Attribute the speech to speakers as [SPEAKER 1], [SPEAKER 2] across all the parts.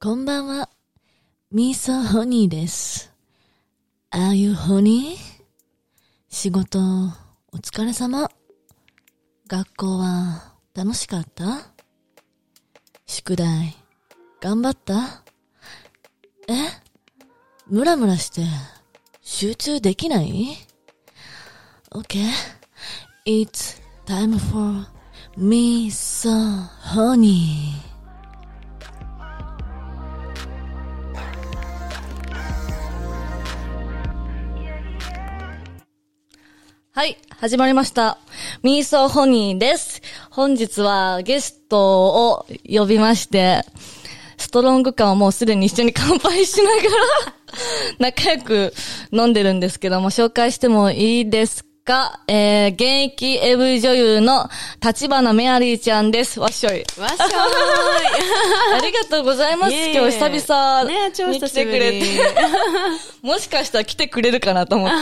[SPEAKER 1] こんばんは。ミーソホニーです。Are you honey? 仕事、お疲れ様。学校は楽しかった宿題、頑張ったえムラムラして集中できない ?Okay. It's time for me so honey.
[SPEAKER 2] はい、始まりました。ミーソーホニーです。本日はゲストを呼びまして、ストロング感はもうすでに一緒に乾杯しながら 仲良く飲んでるんですけども、紹介してもいいですかえー、現役 AV 女優の立花メアリーちゃんです。わっしょい。
[SPEAKER 3] わっしょー
[SPEAKER 2] ありがとうございます。
[SPEAKER 3] いえいえ
[SPEAKER 2] 今日久々
[SPEAKER 3] ね超
[SPEAKER 2] に
[SPEAKER 3] 久
[SPEAKER 2] 来
[SPEAKER 3] してぶ
[SPEAKER 2] く
[SPEAKER 3] り
[SPEAKER 2] れて。 もしかしたら来てくれるかなと 思って。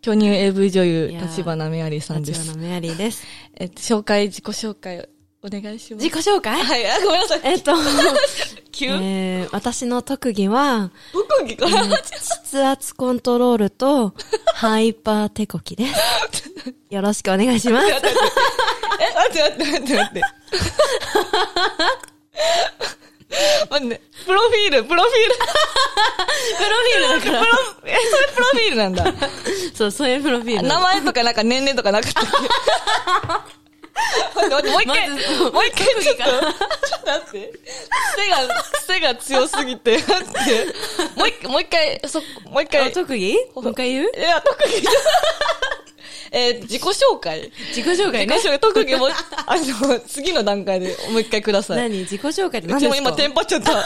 [SPEAKER 2] 巨乳 AV 女優
[SPEAKER 3] いや、ー
[SPEAKER 2] 立花メアリーさん
[SPEAKER 3] い
[SPEAKER 2] で
[SPEAKER 3] 立花
[SPEAKER 2] す。
[SPEAKER 3] メアリーです。
[SPEAKER 2] えっと、紹介、自己紹介、お願いします。
[SPEAKER 3] 自己紹介
[SPEAKER 2] はい、あ、ごめんなさい。
[SPEAKER 3] えっと、
[SPEAKER 2] 急、
[SPEAKER 3] えー、私の特技は、
[SPEAKER 2] 特 技から。
[SPEAKER 3] 筆圧コントロールと、ハイパー手こきです。よろしくお願いします。
[SPEAKER 2] え、待って待って待 って待って。待って、プロフィール、プロフィール。プロフィールだから。え、それプロフィールなんだ。
[SPEAKER 3] そう、そういうプロフィール。
[SPEAKER 2] 名前とかなんか年齢とかなかったっけ待って待ってもう一回、もう一回
[SPEAKER 3] ま
[SPEAKER 2] ちょっと、ちょっと待って。癖が、癖が強すぎて、待って。もう一回、もう一回、そ、もう一回。
[SPEAKER 3] あ特技もう一回言う
[SPEAKER 2] いや、特技じゃない。えー自己紹介。
[SPEAKER 3] 自己紹
[SPEAKER 2] 自
[SPEAKER 3] 介
[SPEAKER 2] 己
[SPEAKER 3] ね。
[SPEAKER 2] 紹介、特技もう、あの、次の段階でもう一回ください。
[SPEAKER 3] 何自己紹介って
[SPEAKER 2] う
[SPEAKER 3] 何
[SPEAKER 2] ち
[SPEAKER 3] です
[SPEAKER 2] も
[SPEAKER 3] か
[SPEAKER 2] 今テンパっちゃ った。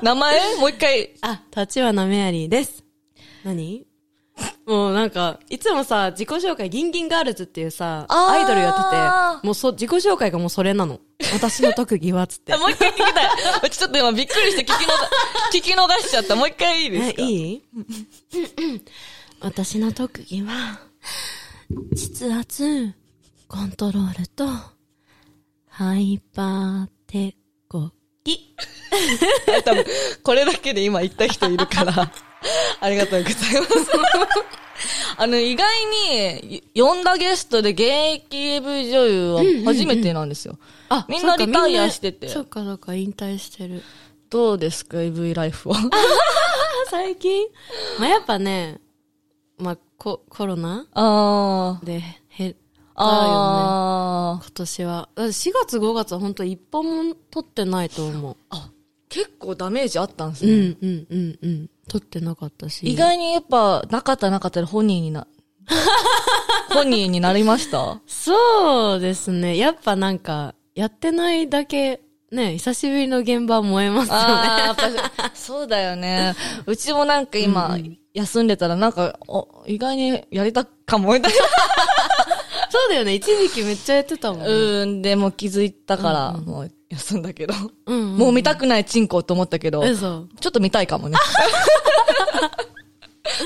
[SPEAKER 2] 名前もう一回。
[SPEAKER 3] あ、立花メアリーです。何もうなんか、いつもさ、自己紹介、ギンギンガールズっていうさ、
[SPEAKER 2] あー
[SPEAKER 3] アイドルやってて、もうそ、自己紹介がもうそれなの。私の特技は、つ って
[SPEAKER 2] あ。もう一回聞きたい。う ちちょっと今びっくりして聞きの、 聞き逃しちゃった。もう一回いいですか
[SPEAKER 3] えい い私の特技は、実圧、コントロールと、ハイパーテコキ。
[SPEAKER 2] 多分、これだけで今言った人いるから、 ありがとうございます。 あの、意外に、呼んだゲストで現役 AV 女優は初めてなんですよ。
[SPEAKER 3] あ
[SPEAKER 2] みんなリタイアしてて
[SPEAKER 3] そっかそっか、引退してる。
[SPEAKER 2] どうですか ?AV ライフは。
[SPEAKER 3] あ最近 まあ、やっぱね、まあ、コ、コロナ
[SPEAKER 2] あ ー。
[SPEAKER 3] で減ったよね。
[SPEAKER 2] あー。
[SPEAKER 3] 今年は。だって4月5月は本当一本も取ってないと思う。
[SPEAKER 2] あ、結構ダメージあったんです
[SPEAKER 3] う
[SPEAKER 2] ね。
[SPEAKER 3] んうんうんうん。取ってなかったし。
[SPEAKER 2] 意外にやっぱ、なかったなかったでホニーに な、ホニーになりました
[SPEAKER 3] そうですね。やっぱなんか、やってないだけ、ね、久しぶりの現場は燃えますよね。
[SPEAKER 2] ああ、やっぱ、そうだよね。うちもなんか今、休んでたらなんか、お、意外にやりたかも、みたい
[SPEAKER 3] そうだよね。一時期めっちゃやってたもん
[SPEAKER 2] な。
[SPEAKER 3] ね。
[SPEAKER 2] うーん、でも気づいたから、もう休んだけど。
[SPEAKER 3] うんうん、
[SPEAKER 2] もう見たくないチンコと思ったけど、
[SPEAKER 3] う
[SPEAKER 2] ち
[SPEAKER 3] ん。
[SPEAKER 2] ょ
[SPEAKER 3] 嘘。
[SPEAKER 2] っと見たいかも ね。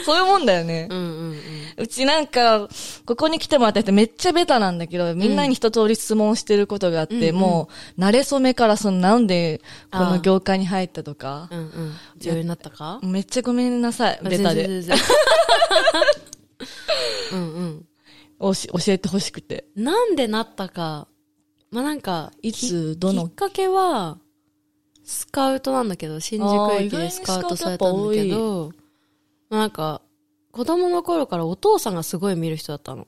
[SPEAKER 2] そういうもんだよね
[SPEAKER 3] う。んうんうん。
[SPEAKER 2] うちなんか、ここに来てもらった人めっちゃベタなんだけど、みんなに一通り質問してることがあって、もう、慣れ初めからそのなんでこの業界に入ったとか
[SPEAKER 3] う、んうん。女優になったか
[SPEAKER 2] めっちゃごめんなさい、ベタで。
[SPEAKER 3] 全然全然 うんうん。
[SPEAKER 2] おし教えてほしくて。
[SPEAKER 3] なんでなったか。まあ、なんか、
[SPEAKER 2] いつ、どの
[SPEAKER 3] きっ、かけは、スカウトなんだけど、新宿駅でスカウトされたんだ
[SPEAKER 2] あー
[SPEAKER 3] け
[SPEAKER 2] 意外にスカウ
[SPEAKER 3] ど、まあなんか、子供の頃からお父さんがすごい見る人だった の。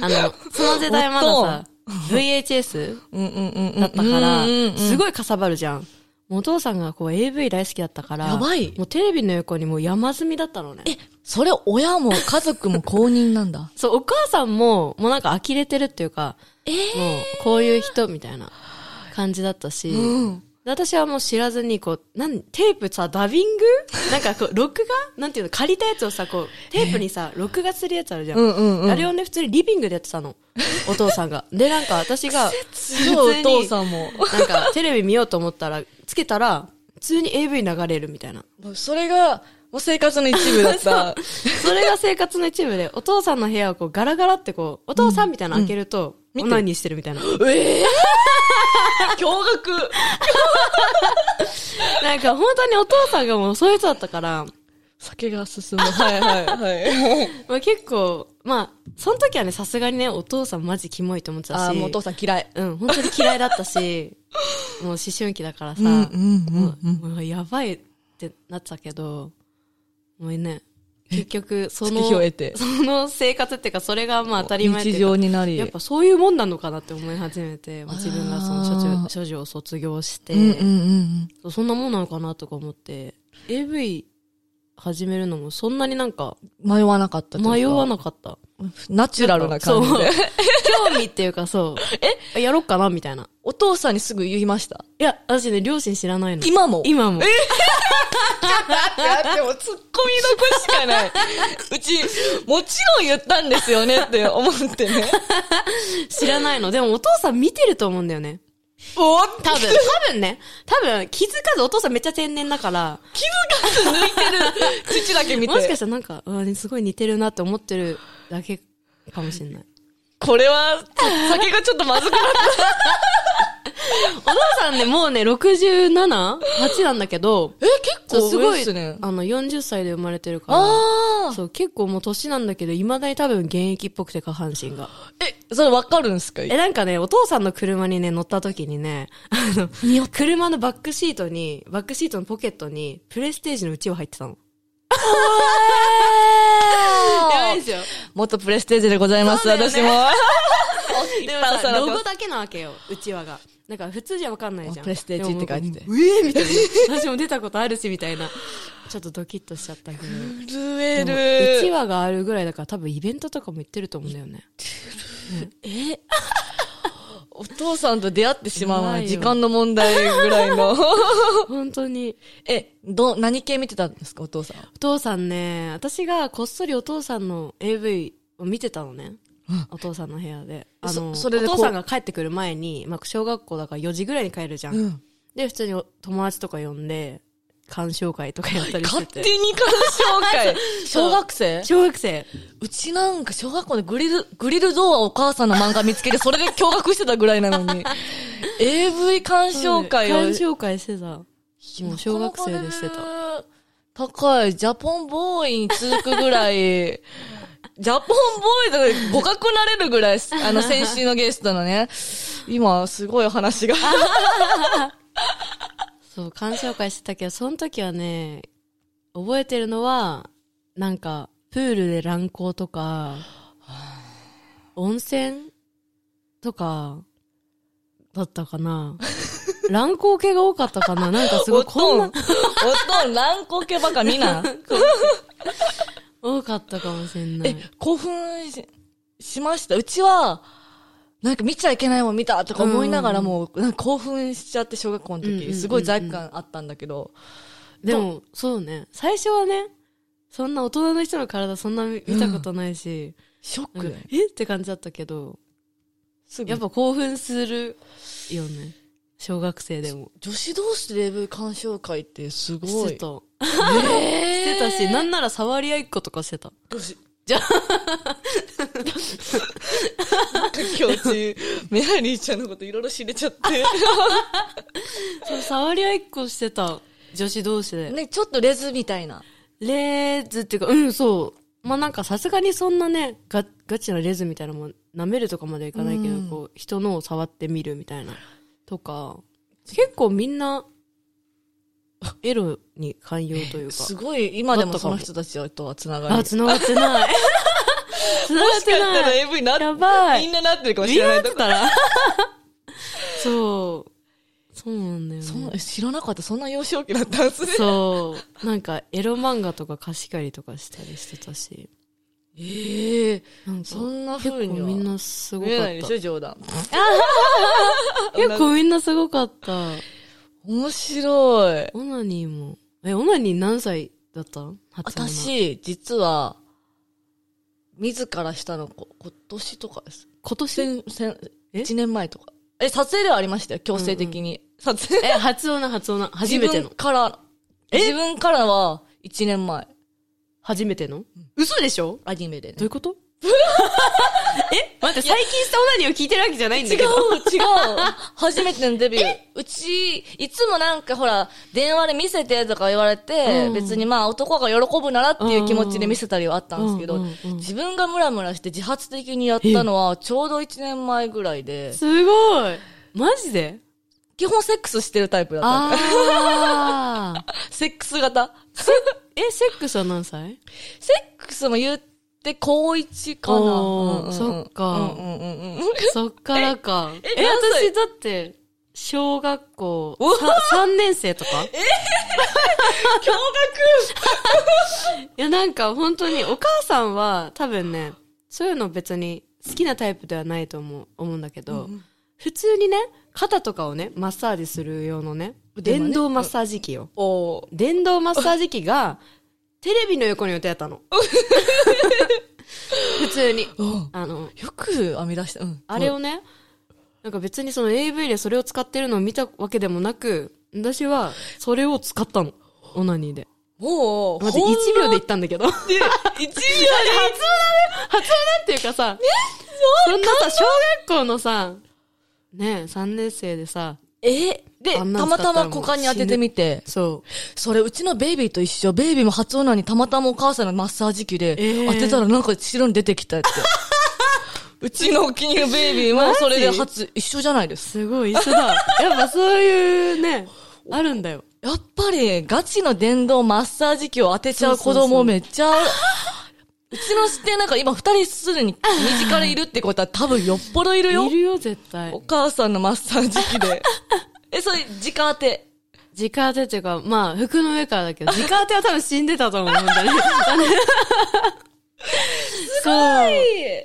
[SPEAKER 3] あの、その時代まださ、VHS
[SPEAKER 2] うんうんうんうん。
[SPEAKER 3] だったから
[SPEAKER 2] うんうんうん、
[SPEAKER 3] すごいかさばるじゃん。もうお父さんがこう AV 大好きだったから、
[SPEAKER 2] やばい
[SPEAKER 3] もうテレビの横にもう山積みだったのね。。
[SPEAKER 2] え、それ親も家族も公認なんだ
[SPEAKER 3] そう、お母さんも、もうなんか呆れてるっていうか、
[SPEAKER 2] えー
[SPEAKER 3] もうこういう人みたいな感じだったし、
[SPEAKER 2] うん
[SPEAKER 3] で私はもう知らずに、こう、なん、テープさ、ダビング なんかこう、録画なんていうの借りたやつをさ、こう、テープにさ、録画するやつあるじゃん。
[SPEAKER 2] うんうんうん
[SPEAKER 3] あれをね、普通にリビングでやってたの。お父さんが。で、なんか私 が、
[SPEAKER 2] そう、お父さ
[SPEAKER 3] ん。
[SPEAKER 2] んも。
[SPEAKER 3] なんか、テレビ見ようと思ったら、つけたら、普通に AV 流れるみたいな。
[SPEAKER 2] もうそれが、もう生活の一部だった。
[SPEAKER 3] それが生活の一部で、 お父さんの部屋をこう、ガラガラってこう、お父さんみたいなの開けると、オナニーしてるみたいな。
[SPEAKER 2] ええー、驚愕。
[SPEAKER 3] なんか本当にお父さんがもうそういう人だったから、
[SPEAKER 2] 酒が進む。はい はいはい。
[SPEAKER 3] まあ、結構、まあ、その時はね、さすがにね、お父さんマジキモいと思ってたし。
[SPEAKER 2] ああ、もうお父さん嫌い。
[SPEAKER 3] うん、本当に嫌いだったし、 もう思春期だからさ、
[SPEAKER 2] うんうんうんうん
[SPEAKER 3] もうもうやばいってなってたけど、もうね、結局、その、
[SPEAKER 2] 月日を得て
[SPEAKER 3] その生活っていうか、それがまあ当たり前っていう
[SPEAKER 2] 日
[SPEAKER 3] か
[SPEAKER 2] 常になり。
[SPEAKER 3] やっぱそういうもんなのかなって思い始めて、まあ、自分がその処
[SPEAKER 2] あー
[SPEAKER 3] 女、処女を卒業して、
[SPEAKER 2] うんうんうん
[SPEAKER 3] そうそんなもんなのかなとか思って、AV 始めるのもそんなになんか
[SPEAKER 2] うん。迷わなかったというか。
[SPEAKER 3] 迷わなかった。
[SPEAKER 2] ナチュラルな感じで。
[SPEAKER 3] 興味っていうかそう。えやろっかなみたいな。
[SPEAKER 2] お父さんにすぐ言いました。
[SPEAKER 3] いや、私ね、両親知らないの。
[SPEAKER 2] 今も
[SPEAKER 3] 今も。
[SPEAKER 2] でも突っ込みどこしかない。 うち、もちろん言ったんですよねって思ってね。
[SPEAKER 3] 知らないの。でもお父さん見てると思うんだよね。
[SPEAKER 2] おっ
[SPEAKER 3] 多分、多分ね。多分、気づかずお父さんめっちゃ天然だから、
[SPEAKER 2] 父だけ見て。
[SPEAKER 3] もしかしたらなんか、うん、すごい似てるなって思ってるだけかもしれない。
[SPEAKER 2] これは、酒がちょっとまずくなっ
[SPEAKER 3] お父さんね、もうね、67?8 なんだけど、
[SPEAKER 2] え、結
[SPEAKER 3] そうすごい、
[SPEAKER 2] ね。
[SPEAKER 3] あの、40歳で生まれてるから、
[SPEAKER 2] あ
[SPEAKER 3] そう、結構もう年なんだけど、未だに多分現役っぽくて下半身が。
[SPEAKER 2] あ。え、それわかるんすか
[SPEAKER 3] え、なんかね、お父さんの車にね、乗った時にね、あの、車のバックシートに、バックシートのポケットに、プレステージのうちを入ってたの。やばいですよ。
[SPEAKER 2] 元プレステージでございます、
[SPEAKER 3] そうだよ
[SPEAKER 2] 私
[SPEAKER 3] ね
[SPEAKER 2] も。
[SPEAKER 3] でもさ、ロゴだけなわけよ、うちわが。なんか普通じゃわかんないじゃん。
[SPEAKER 2] プレステージって書いてて
[SPEAKER 3] でももうえーみたいな。私も出たことあるし、みたいな。ちょっとドキッとしちゃったけど。
[SPEAKER 2] 震え
[SPEAKER 3] うち
[SPEAKER 2] る。
[SPEAKER 3] わがあるぐらいだから多分イベントとかも行ってると思うんだよね。
[SPEAKER 2] お父さんと出会ってしまうの
[SPEAKER 3] うま
[SPEAKER 2] はい
[SPEAKER 3] よ
[SPEAKER 2] 時間の問題ぐらいの。
[SPEAKER 3] 本当に。
[SPEAKER 2] え、ど、何系見てたんですか、お父さん。
[SPEAKER 3] お父さんね、私がこっそりお父さんの AV を見てたのね。お父さんの部屋で。あの、
[SPEAKER 2] そそれでこう
[SPEAKER 3] お父さんが帰ってくる前に、まあ、小学校だから4時ぐらいに帰るじゃん。
[SPEAKER 2] うん
[SPEAKER 3] で、普通にお友達とか呼んで、鑑賞会とかやったりして
[SPEAKER 2] 勝
[SPEAKER 3] て。
[SPEAKER 2] 手に 鑑賞会。小学生
[SPEAKER 3] 小学生。
[SPEAKER 2] うちなんか小学校でグリル、グリルドアお母さんの漫画見つけて、それで驚愕してたぐらいなの に。AV 鑑賞会を。
[SPEAKER 3] 鑑賞会してた。もう小学生でしてた。
[SPEAKER 2] た。高い、ジャポンボーイに続くぐら い、ジャポンボーイで互角なれるぐらい、あの、先週のゲストのね、今、すごい話が。
[SPEAKER 3] そう、鑑賞会してたけど、その時はね、覚えてるのは、なんか、プールで乱行とか、温泉とか、だった かな。乱行系が多かったかな。なんかすごい、
[SPEAKER 2] おとん、
[SPEAKER 3] こ
[SPEAKER 2] お
[SPEAKER 3] んな、
[SPEAKER 2] とん、乱高系ばっか見な。
[SPEAKER 3] 多かったかもしれな
[SPEAKER 2] え
[SPEAKER 3] い。、
[SPEAKER 2] 興奮ししました。うちは、なんか見ちゃいけないもん見たとか思いながらもう、なんか興奮しちゃって小学校の
[SPEAKER 3] うんうんうんう
[SPEAKER 2] 時、
[SPEAKER 3] ん
[SPEAKER 2] すごい罪悪感あったんだけど、
[SPEAKER 3] でも、そうね。最初はね、そんな大人の人の体そんな見見たことないし、
[SPEAKER 2] ショッ
[SPEAKER 3] な
[SPEAKER 2] ク
[SPEAKER 3] ん
[SPEAKER 2] だ
[SPEAKER 3] か
[SPEAKER 2] よ。
[SPEAKER 3] えって感じだったけど、
[SPEAKER 2] すぐ
[SPEAKER 3] やっぱ興奮するよね。小学生でも。
[SPEAKER 2] 女子同士で AV 鑑賞会ってすごい。
[SPEAKER 3] してた。
[SPEAKER 2] え
[SPEAKER 3] してたし、なんなら触り合いっことかしてた。
[SPEAKER 2] 女子。じゃあ。なんか今日中、メアリーちゃんのこといろいろ知れちゃって。
[SPEAKER 3] そう、触り合いっこしてた。女子同士で。
[SPEAKER 2] ね、ちょっとレズみたいな。
[SPEAKER 3] レーズっていうか、うん、そう。まあ、なんかさすがにそんなね、ガガチなレズみたいなもん、舐めるとかまではいかないけど、
[SPEAKER 2] うん
[SPEAKER 3] こう、人のを触ってみるみたいな。とか、結構みんな、エロに寛容というか。
[SPEAKER 2] すごい、今でもその
[SPEAKER 3] だったかも
[SPEAKER 2] 人たちとは繋がり。
[SPEAKER 3] あ、繋がっ てない。繋が
[SPEAKER 2] も
[SPEAKER 3] っ
[SPEAKER 2] しか
[SPEAKER 3] て
[SPEAKER 2] したら
[SPEAKER 3] ない。
[SPEAKER 2] AV なっ
[SPEAKER 3] やばい
[SPEAKER 2] みんななってるかもし
[SPEAKER 3] みん
[SPEAKER 2] れ
[SPEAKER 3] な
[SPEAKER 2] な
[SPEAKER 3] やっ
[SPEAKER 2] い
[SPEAKER 3] て
[SPEAKER 2] と
[SPEAKER 3] たらそう。そうなんだよね。
[SPEAKER 2] そんえ知らなかった。そんな幼少期だったんすね。
[SPEAKER 3] そう。なんか、エロ漫画とか貸し借りとかしたりしてたし。
[SPEAKER 2] ええ
[SPEAKER 3] なんか、
[SPEAKER 2] そんな
[SPEAKER 3] 結
[SPEAKER 2] 風に
[SPEAKER 3] 構
[SPEAKER 2] は。
[SPEAKER 3] みんなすご
[SPEAKER 2] 見
[SPEAKER 3] か
[SPEAKER 2] え
[SPEAKER 3] っ
[SPEAKER 2] ないで
[SPEAKER 3] た
[SPEAKER 2] し。ょ、冗談。
[SPEAKER 3] 結構みんなすごかった。
[SPEAKER 2] 面白い。
[SPEAKER 3] オナニーも。え、オナニー何歳だったの初オナ
[SPEAKER 2] 私、実は、自らしたのこ、今年とかです。
[SPEAKER 3] 今年
[SPEAKER 2] 先、先、
[SPEAKER 3] え
[SPEAKER 2] 1年前とか。え、撮影ではありましたよ、強制的に。撮
[SPEAKER 3] え、
[SPEAKER 2] 影
[SPEAKER 3] 初オナ、初オナ。初め て
[SPEAKER 2] 自
[SPEAKER 3] の
[SPEAKER 2] 分。から、自分からは、1年前。
[SPEAKER 3] 初めての、嘘でしょ
[SPEAKER 2] アニメでね。
[SPEAKER 3] どういうことえ待って、最近したオナニーを聞いてるわけじゃないんだ
[SPEAKER 2] 違う
[SPEAKER 3] けど。
[SPEAKER 2] 違う初めてのデビュー。うち、いつもなんかほら、電話で見せてとか言われて、
[SPEAKER 3] うん
[SPEAKER 2] 別にまあ男が喜ぶならっていう気持ちで見せたりはあったんですけど、
[SPEAKER 3] うんうんうんうん
[SPEAKER 2] 自分がムラムラして自発的にやったのはちょうど1年前ぐらいで、
[SPEAKER 3] すごい。マジで
[SPEAKER 2] 基本セックスしてるタイプだったんで
[SPEAKER 3] ああ。
[SPEAKER 2] す。セックス型。
[SPEAKER 3] え、セックスは何歳
[SPEAKER 2] セックスも言って高1かな。
[SPEAKER 3] お
[SPEAKER 2] うんうんう
[SPEAKER 3] ー
[SPEAKER 2] ん
[SPEAKER 3] そっか
[SPEAKER 2] うんうんうんうん。
[SPEAKER 3] そっからか。え、
[SPEAKER 2] え何歳
[SPEAKER 3] 私だって、小学校さ 3, 年生とか え驚愕 いや、なんか本当にお母さんは多分ね、そういうの別に好きなタイプではないと思う思うんだけど、普通にね、肩とかをね、マッサージする用のね、
[SPEAKER 2] 腕もね
[SPEAKER 3] 電動マッサージ機よ。
[SPEAKER 2] おー
[SPEAKER 3] 電動マッサージ機 が、テレビの横に置いてあった の。普通に。あの、
[SPEAKER 2] よく編み出した。うん。
[SPEAKER 3] あれをね、なんか別にその AV でそれを使ってるのを見たわけでもなく、私はそれを使ったの。オナニーで。
[SPEAKER 2] もう、
[SPEAKER 3] まず
[SPEAKER 2] ほん
[SPEAKER 3] 1秒で言ったんだけど。発音
[SPEAKER 2] 一 秒で
[SPEAKER 3] なんていうかさ、そんなさ、小学校のさ、ねえ、3年生でさ、
[SPEAKER 2] えで、
[SPEAKER 3] あ
[SPEAKER 2] た
[SPEAKER 3] んなん使
[SPEAKER 2] ま
[SPEAKER 3] ったら
[SPEAKER 2] たま股間に当ててみて。
[SPEAKER 3] そ
[SPEAKER 2] それ、うちのベイビーと一緒。ベイビーも初オナにたまたまお母さんのマッサージ機で、
[SPEAKER 3] え
[SPEAKER 2] 当
[SPEAKER 3] ー
[SPEAKER 2] てたらなんか白に出てきたって。うちのお気に入りのベイビーもそれで初、一緒じゃないで
[SPEAKER 3] う。
[SPEAKER 2] す。
[SPEAKER 3] すごい、一緒だ。やっぱそういうね、あるんだよ。
[SPEAKER 2] やっぱり、ガチの電動マッサージ機を当てちゃう子供めっち ゃ、うちの知ってるなんか今二人すでに身近にいるってことは多分よっぽどいるよ
[SPEAKER 3] い。るよ、絶対
[SPEAKER 2] お。母さんのマッサージ機で。え、それ、直当て。
[SPEAKER 3] 直当てっていうか、まあ、服の上からだけど、直当ては多分死んでたと思うんだね。すご
[SPEAKER 2] い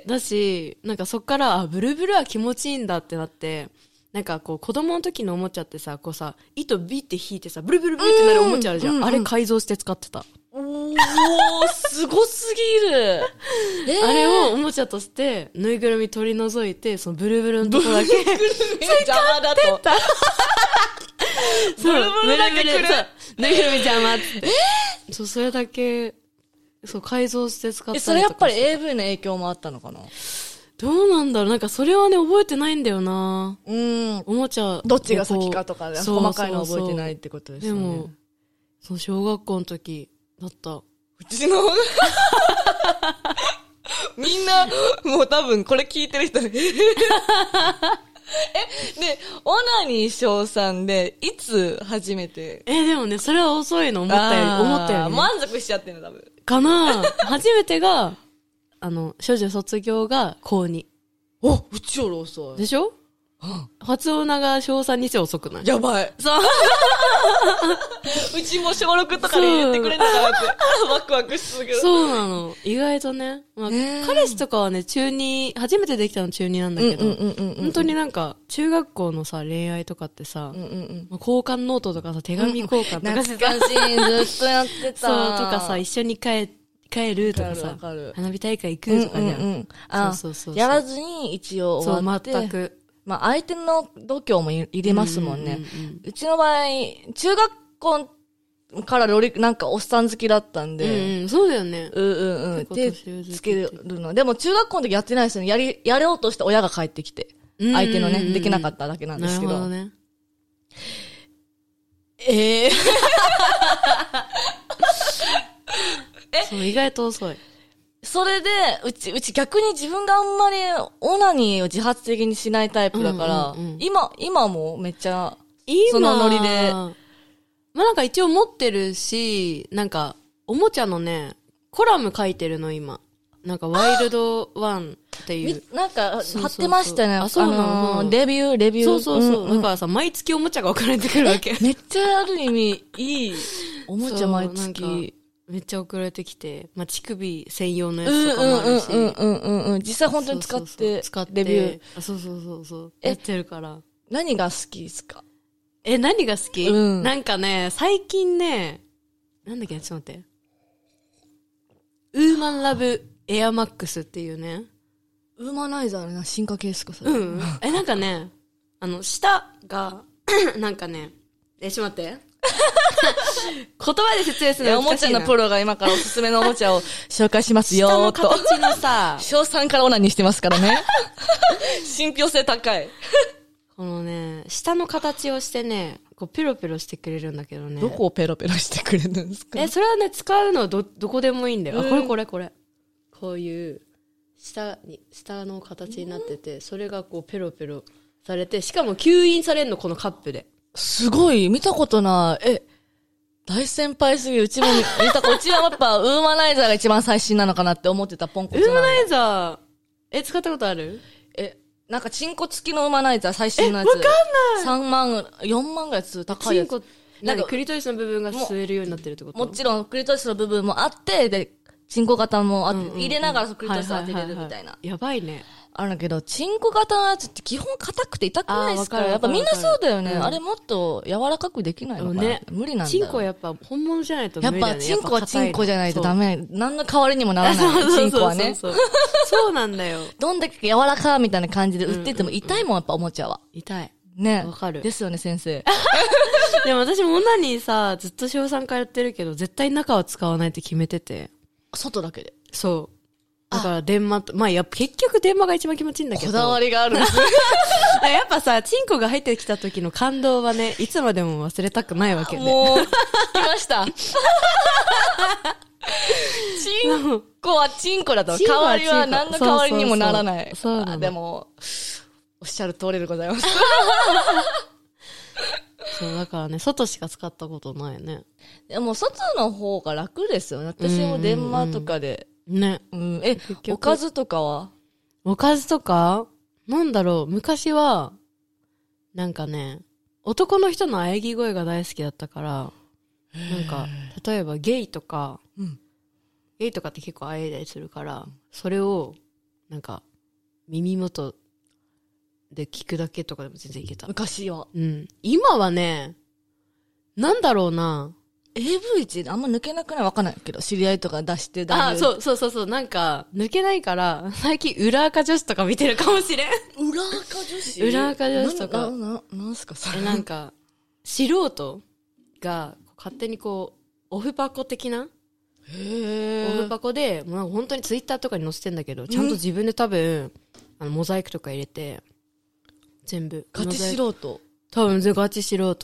[SPEAKER 3] だし、なんかそっから、あ、ブルブルは気持ちいいんだってなって、なんかこう子供の時のおもちゃってさ、こうさ、糸ビって引いてさ、ブルブルブルってなるおもちゃあるじゃん。
[SPEAKER 2] うんうん
[SPEAKER 3] あれ改造して使ってた。
[SPEAKER 2] おー、すごすぎる。え
[SPEAKER 3] あれをおもちゃとして、ぬいぐるみ取り除いて、そのブルブルのとこ だけ、
[SPEAKER 2] 邪魔だと。
[SPEAKER 3] そう
[SPEAKER 2] ブルブルだけ
[SPEAKER 3] ブルブル
[SPEAKER 2] くる
[SPEAKER 3] そうぬいぐるみ邪魔っつって。そう、それだけ、そう、改造して使
[SPEAKER 2] え、
[SPEAKER 3] ったりとか
[SPEAKER 2] それやっぱり AV の影響もあったのかな
[SPEAKER 3] どうなんだろうなんかそれはね、覚えてないんだよな
[SPEAKER 2] うん。
[SPEAKER 3] おもちゃ。
[SPEAKER 2] どっちが先かとかね、
[SPEAKER 3] そうそうそう
[SPEAKER 2] 細かいの覚えてないってことです
[SPEAKER 3] で
[SPEAKER 2] よね。
[SPEAKER 3] も、その小学校の時だった。
[SPEAKER 2] うちの、みんな、もう多分これ聞いてる 人、えへへへえ、で、オナニー賞さんで、いつ初めて
[SPEAKER 3] え、でもね、それは遅いの、思ったより、
[SPEAKER 2] あー
[SPEAKER 3] 思ったより、ね。
[SPEAKER 2] 満足しちゃってるの、多分。
[SPEAKER 3] かな初めてが、あの、少女卒業が高2。
[SPEAKER 2] お、うちより遅
[SPEAKER 3] で。しょ初オナが小3にして遅くない
[SPEAKER 2] やばい。
[SPEAKER 3] そう。
[SPEAKER 2] うちも小6とかで言ってくれなかったって、ワクワクしすぎる。
[SPEAKER 3] そうなの。意外とね。まあ
[SPEAKER 2] ねえ
[SPEAKER 3] 彼氏とかはね、中二、初めてできたの中二なんだけど、
[SPEAKER 2] ん
[SPEAKER 3] 本当になんか、中学校のさ、恋愛とかってさ、
[SPEAKER 2] うんうん。
[SPEAKER 3] まあ交換ノートとかさ、手紙交換とかさ、
[SPEAKER 2] 懐かしい、ずっとやってた。
[SPEAKER 3] そう、とかさ、一緒に帰、帰るとか
[SPEAKER 2] わ
[SPEAKER 3] さ
[SPEAKER 2] かるわかる、
[SPEAKER 3] 花火大会行
[SPEAKER 2] うんうん
[SPEAKER 3] くとかじゃん。
[SPEAKER 2] うん。あ
[SPEAKER 3] そうそうそうそう
[SPEAKER 2] やらずに一応
[SPEAKER 3] そ
[SPEAKER 2] 終わっ
[SPEAKER 3] う、
[SPEAKER 2] て。
[SPEAKER 3] 全。く。
[SPEAKER 2] まあ相手の度胸もいいりますもんね。
[SPEAKER 3] うんうんうん
[SPEAKER 2] うちの場合、中学校からロリ、なんかおっさん好きだったんで。
[SPEAKER 3] うんうん、そうだよね。
[SPEAKER 2] うんうんうん。手
[SPEAKER 3] 結構年上で
[SPEAKER 2] つけるの。でも中学校の時やってないですよね。やり、やろうとして親が帰ってきて。
[SPEAKER 3] うん
[SPEAKER 2] 相手のね、できなかっただけなんで
[SPEAKER 3] な
[SPEAKER 2] すけ
[SPEAKER 3] るほ
[SPEAKER 2] ど。
[SPEAKER 3] どね。
[SPEAKER 2] ええ
[SPEAKER 3] そう、意外と遅い。
[SPEAKER 2] それで、うち、うち逆に自分があんまりオナニーを自発的にしないタイプだから、
[SPEAKER 3] うんうんうん
[SPEAKER 2] 今、今もめっちゃ、
[SPEAKER 3] 今
[SPEAKER 2] そのノリで
[SPEAKER 3] まあなんか一応持ってるし、なんか、おもちゃのね、コラム書いてるの今。なんか、ワイルドワンってい
[SPEAKER 2] み
[SPEAKER 3] う。
[SPEAKER 2] なんか
[SPEAKER 3] そうそうそう
[SPEAKER 2] 貼ってましたね。
[SPEAKER 3] あそうなの
[SPEAKER 2] あのーレビュー、レビュー。
[SPEAKER 3] そうそうそう。
[SPEAKER 2] ん
[SPEAKER 3] だ
[SPEAKER 2] ん
[SPEAKER 3] からさ、毎月おもちゃが送られてくるわけ。
[SPEAKER 2] めっちゃある意味、いい、 お
[SPEAKER 3] お
[SPEAKER 2] もちゃ毎
[SPEAKER 3] なんか
[SPEAKER 2] 月。
[SPEAKER 3] めっちゃ送られてきて、まあ、乳首専用の
[SPEAKER 2] う
[SPEAKER 3] や
[SPEAKER 2] んうん
[SPEAKER 3] つとかもあるし。
[SPEAKER 2] うんうんうんうん。実際本当に使っ
[SPEAKER 3] そうそうそう
[SPEAKER 2] て
[SPEAKER 3] 使っ、て
[SPEAKER 2] レビュー。
[SPEAKER 3] あそうそうそうそう。
[SPEAKER 2] え
[SPEAKER 3] やってるから。
[SPEAKER 2] 何が好きですか
[SPEAKER 3] え、何が好き、
[SPEAKER 2] うん
[SPEAKER 3] なんかね、最近ね、なんだっけな、ちょっと待って。ウーマンラブエアマックスっていうね。
[SPEAKER 2] ウーマナイザーな進化系っすか、それ。
[SPEAKER 3] うん。え、なんかね、あの、舌が、 なんかね、え、ちょっと待って。 言葉で説明する
[SPEAKER 2] え
[SPEAKER 3] の
[SPEAKER 2] おも
[SPEAKER 3] 難し
[SPEAKER 2] ち
[SPEAKER 3] い
[SPEAKER 2] ゃ
[SPEAKER 3] な
[SPEAKER 2] のプロが今からおすすめのおもちゃを紹介しますよ
[SPEAKER 3] 舌
[SPEAKER 2] ー
[SPEAKER 3] の
[SPEAKER 2] と。
[SPEAKER 3] 形のさ、
[SPEAKER 2] 賞賛からオナニーしてますからね。信憑性高い。
[SPEAKER 3] このね、舌の形をしてね、こう、ピロピロしてくれるんだけどね。
[SPEAKER 2] どこをペロペロしてくれるんですか
[SPEAKER 3] え、それはね、使うのはど、どこでもいいんだよ。あ、
[SPEAKER 2] うん
[SPEAKER 3] これこれこれ。こういう、下に、下の形になってて、それがこう、ペロペロされて、しかも吸引されるの、このカップで。
[SPEAKER 2] すごい、見たことない。え、大先輩すぎる。うちも見見たこ うちはやっぱ、ウーマナイザーが一番最新なのかなって思ってたポンコ
[SPEAKER 3] ウ
[SPEAKER 2] ツな
[SPEAKER 3] ー
[SPEAKER 2] の
[SPEAKER 3] マナイザー、え、使ったことある
[SPEAKER 2] え、なんかチンコ付きのウーマナイザー最新のやつ。わかんない !3 万、4万ぐらいつ高い
[SPEAKER 3] チ
[SPEAKER 2] や
[SPEAKER 3] ン
[SPEAKER 2] つ。
[SPEAKER 3] コ、
[SPEAKER 2] な
[SPEAKER 3] なんん
[SPEAKER 2] か
[SPEAKER 3] か、クリトリスの部分が吸えるようになってるってこと
[SPEAKER 2] もちろん、クリトリスの部分もあって、で、チンコ型もあって、入れながらクリトリス当てれるみたいな。。
[SPEAKER 3] やばいね。
[SPEAKER 2] あるんだけど、チンコ型のやつって基本硬くて痛くないですから、
[SPEAKER 3] あー
[SPEAKER 2] や
[SPEAKER 3] わ
[SPEAKER 2] っ
[SPEAKER 3] か
[SPEAKER 2] ぱ
[SPEAKER 3] る
[SPEAKER 2] みんなそうだよね。
[SPEAKER 3] わかるわかるうん
[SPEAKER 2] あれもっと柔らかくできないのかな、
[SPEAKER 3] ね
[SPEAKER 2] 無理なんだよ
[SPEAKER 3] チンコはやっぱ本物じゃないと
[SPEAKER 2] や
[SPEAKER 3] 無
[SPEAKER 2] っ
[SPEAKER 3] 理だ
[SPEAKER 2] ぱ、
[SPEAKER 3] ね。
[SPEAKER 2] チンコはチンコじゃないとダ
[SPEAKER 3] メ。
[SPEAKER 2] メ。何の代わりにもなら
[SPEAKER 3] そう
[SPEAKER 2] ない。チンコは
[SPEAKER 3] そう
[SPEAKER 2] ね。
[SPEAKER 3] そうそうそうそうなんだよ。
[SPEAKER 2] どんだけ柔らかみたいな感じで売ってても痛いもん、やっぱおもちゃは。
[SPEAKER 3] 痛い。
[SPEAKER 2] ね。
[SPEAKER 3] わかる
[SPEAKER 2] ですよね、先生。
[SPEAKER 3] でも私も女にさ、ずっと小3からやってるけど、絶対中は使わないって決めてて。
[SPEAKER 2] 外だけで。
[SPEAKER 3] そう。だから電話と、まあやっぱ結局電話が一番気持ちいいんだけど。
[SPEAKER 2] こだわりがあるんですね
[SPEAKER 3] あやっぱさ、チンコが入ってきた時の感動は ね、いつまでも忘れたくないわけで。
[SPEAKER 2] もう、来ま した。チンコはチンコだと。
[SPEAKER 3] チンコ
[SPEAKER 2] 代わ
[SPEAKER 3] は
[SPEAKER 2] り
[SPEAKER 3] チンコ
[SPEAKER 2] は何の代わりにもならない。
[SPEAKER 3] そうそうそうそうなの
[SPEAKER 2] あでも、おっしゃる通りでございます。
[SPEAKER 3] そう、だからね、外しか使ったことないよね。
[SPEAKER 2] でも、外の方が楽ですよね。私も電話とかで。
[SPEAKER 3] ね。
[SPEAKER 2] うん。え、
[SPEAKER 3] 局
[SPEAKER 2] おかずとかは
[SPEAKER 3] おかずとか、なんだろう、昔は、なんかね、男の人の喘ぎ声が大好きだったから、なんか、例えばゲイとか、
[SPEAKER 2] うん
[SPEAKER 3] ゲイとかって結構喘いだりするから、それを、なんか、耳元で聞くだけとかでも全然いけた。
[SPEAKER 2] 昔は。
[SPEAKER 3] うん。今はね、なんだろうな。
[SPEAKER 2] AV1 あんま抜けなくないわかんないけど、知り合いとか出して。
[SPEAKER 3] あ、そううそうそうそう、なんか、抜けないから、最近裏垢女子とか見てるかもしれん。
[SPEAKER 2] 裏垢女子
[SPEAKER 3] 裏垢女子とか
[SPEAKER 2] な、な、ななんすかそれ。
[SPEAKER 3] えなんか素人が勝手にこうオフパコ的なオ
[SPEAKER 2] へ
[SPEAKER 3] フパコでもうなんか本当にツイッターとかに載せてんだけどちゃんと自分で多分あのモザイクとか入れて全部
[SPEAKER 2] ガチ
[SPEAKER 3] モザイク
[SPEAKER 2] 素人。
[SPEAKER 3] 多分全ガチ素
[SPEAKER 2] な
[SPEAKER 3] 人
[SPEAKER 2] ん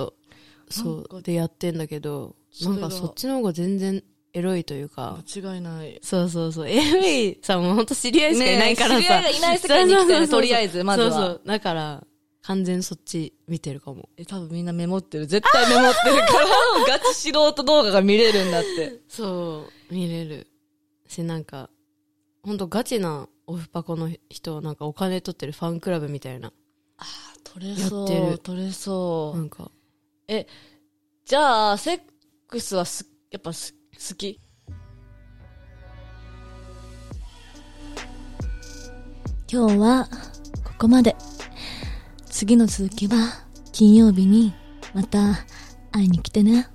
[SPEAKER 3] そ
[SPEAKER 2] か
[SPEAKER 3] うでやってんだけど
[SPEAKER 2] そ
[SPEAKER 3] な
[SPEAKER 2] れが
[SPEAKER 3] んかそっちの方が全然エロいというか
[SPEAKER 2] 間違いない。
[SPEAKER 3] そうそうそう。AV さんも本当知り合いしかいないからさ。
[SPEAKER 2] ねえ知り合いがいない世界に生きてるねとりあえずまずは
[SPEAKER 3] そうそう。だから、完全そっち見てるかも。
[SPEAKER 2] え、多分みんなメモってる。絶対メモってるから、ガ チ素人動画が見れるんだって。
[SPEAKER 3] そう、見れる。し、なんか、ほんとガチなオフパコの人はなんかお金取ってるファンクラブみたいな。
[SPEAKER 2] 取れ
[SPEAKER 3] そう
[SPEAKER 2] そう。取れそう
[SPEAKER 3] な。んか、
[SPEAKER 2] え、じゃあ、セックスはす、やっぱす、好き
[SPEAKER 1] 今日はここまで次の続きは金曜日にまた会いに来てね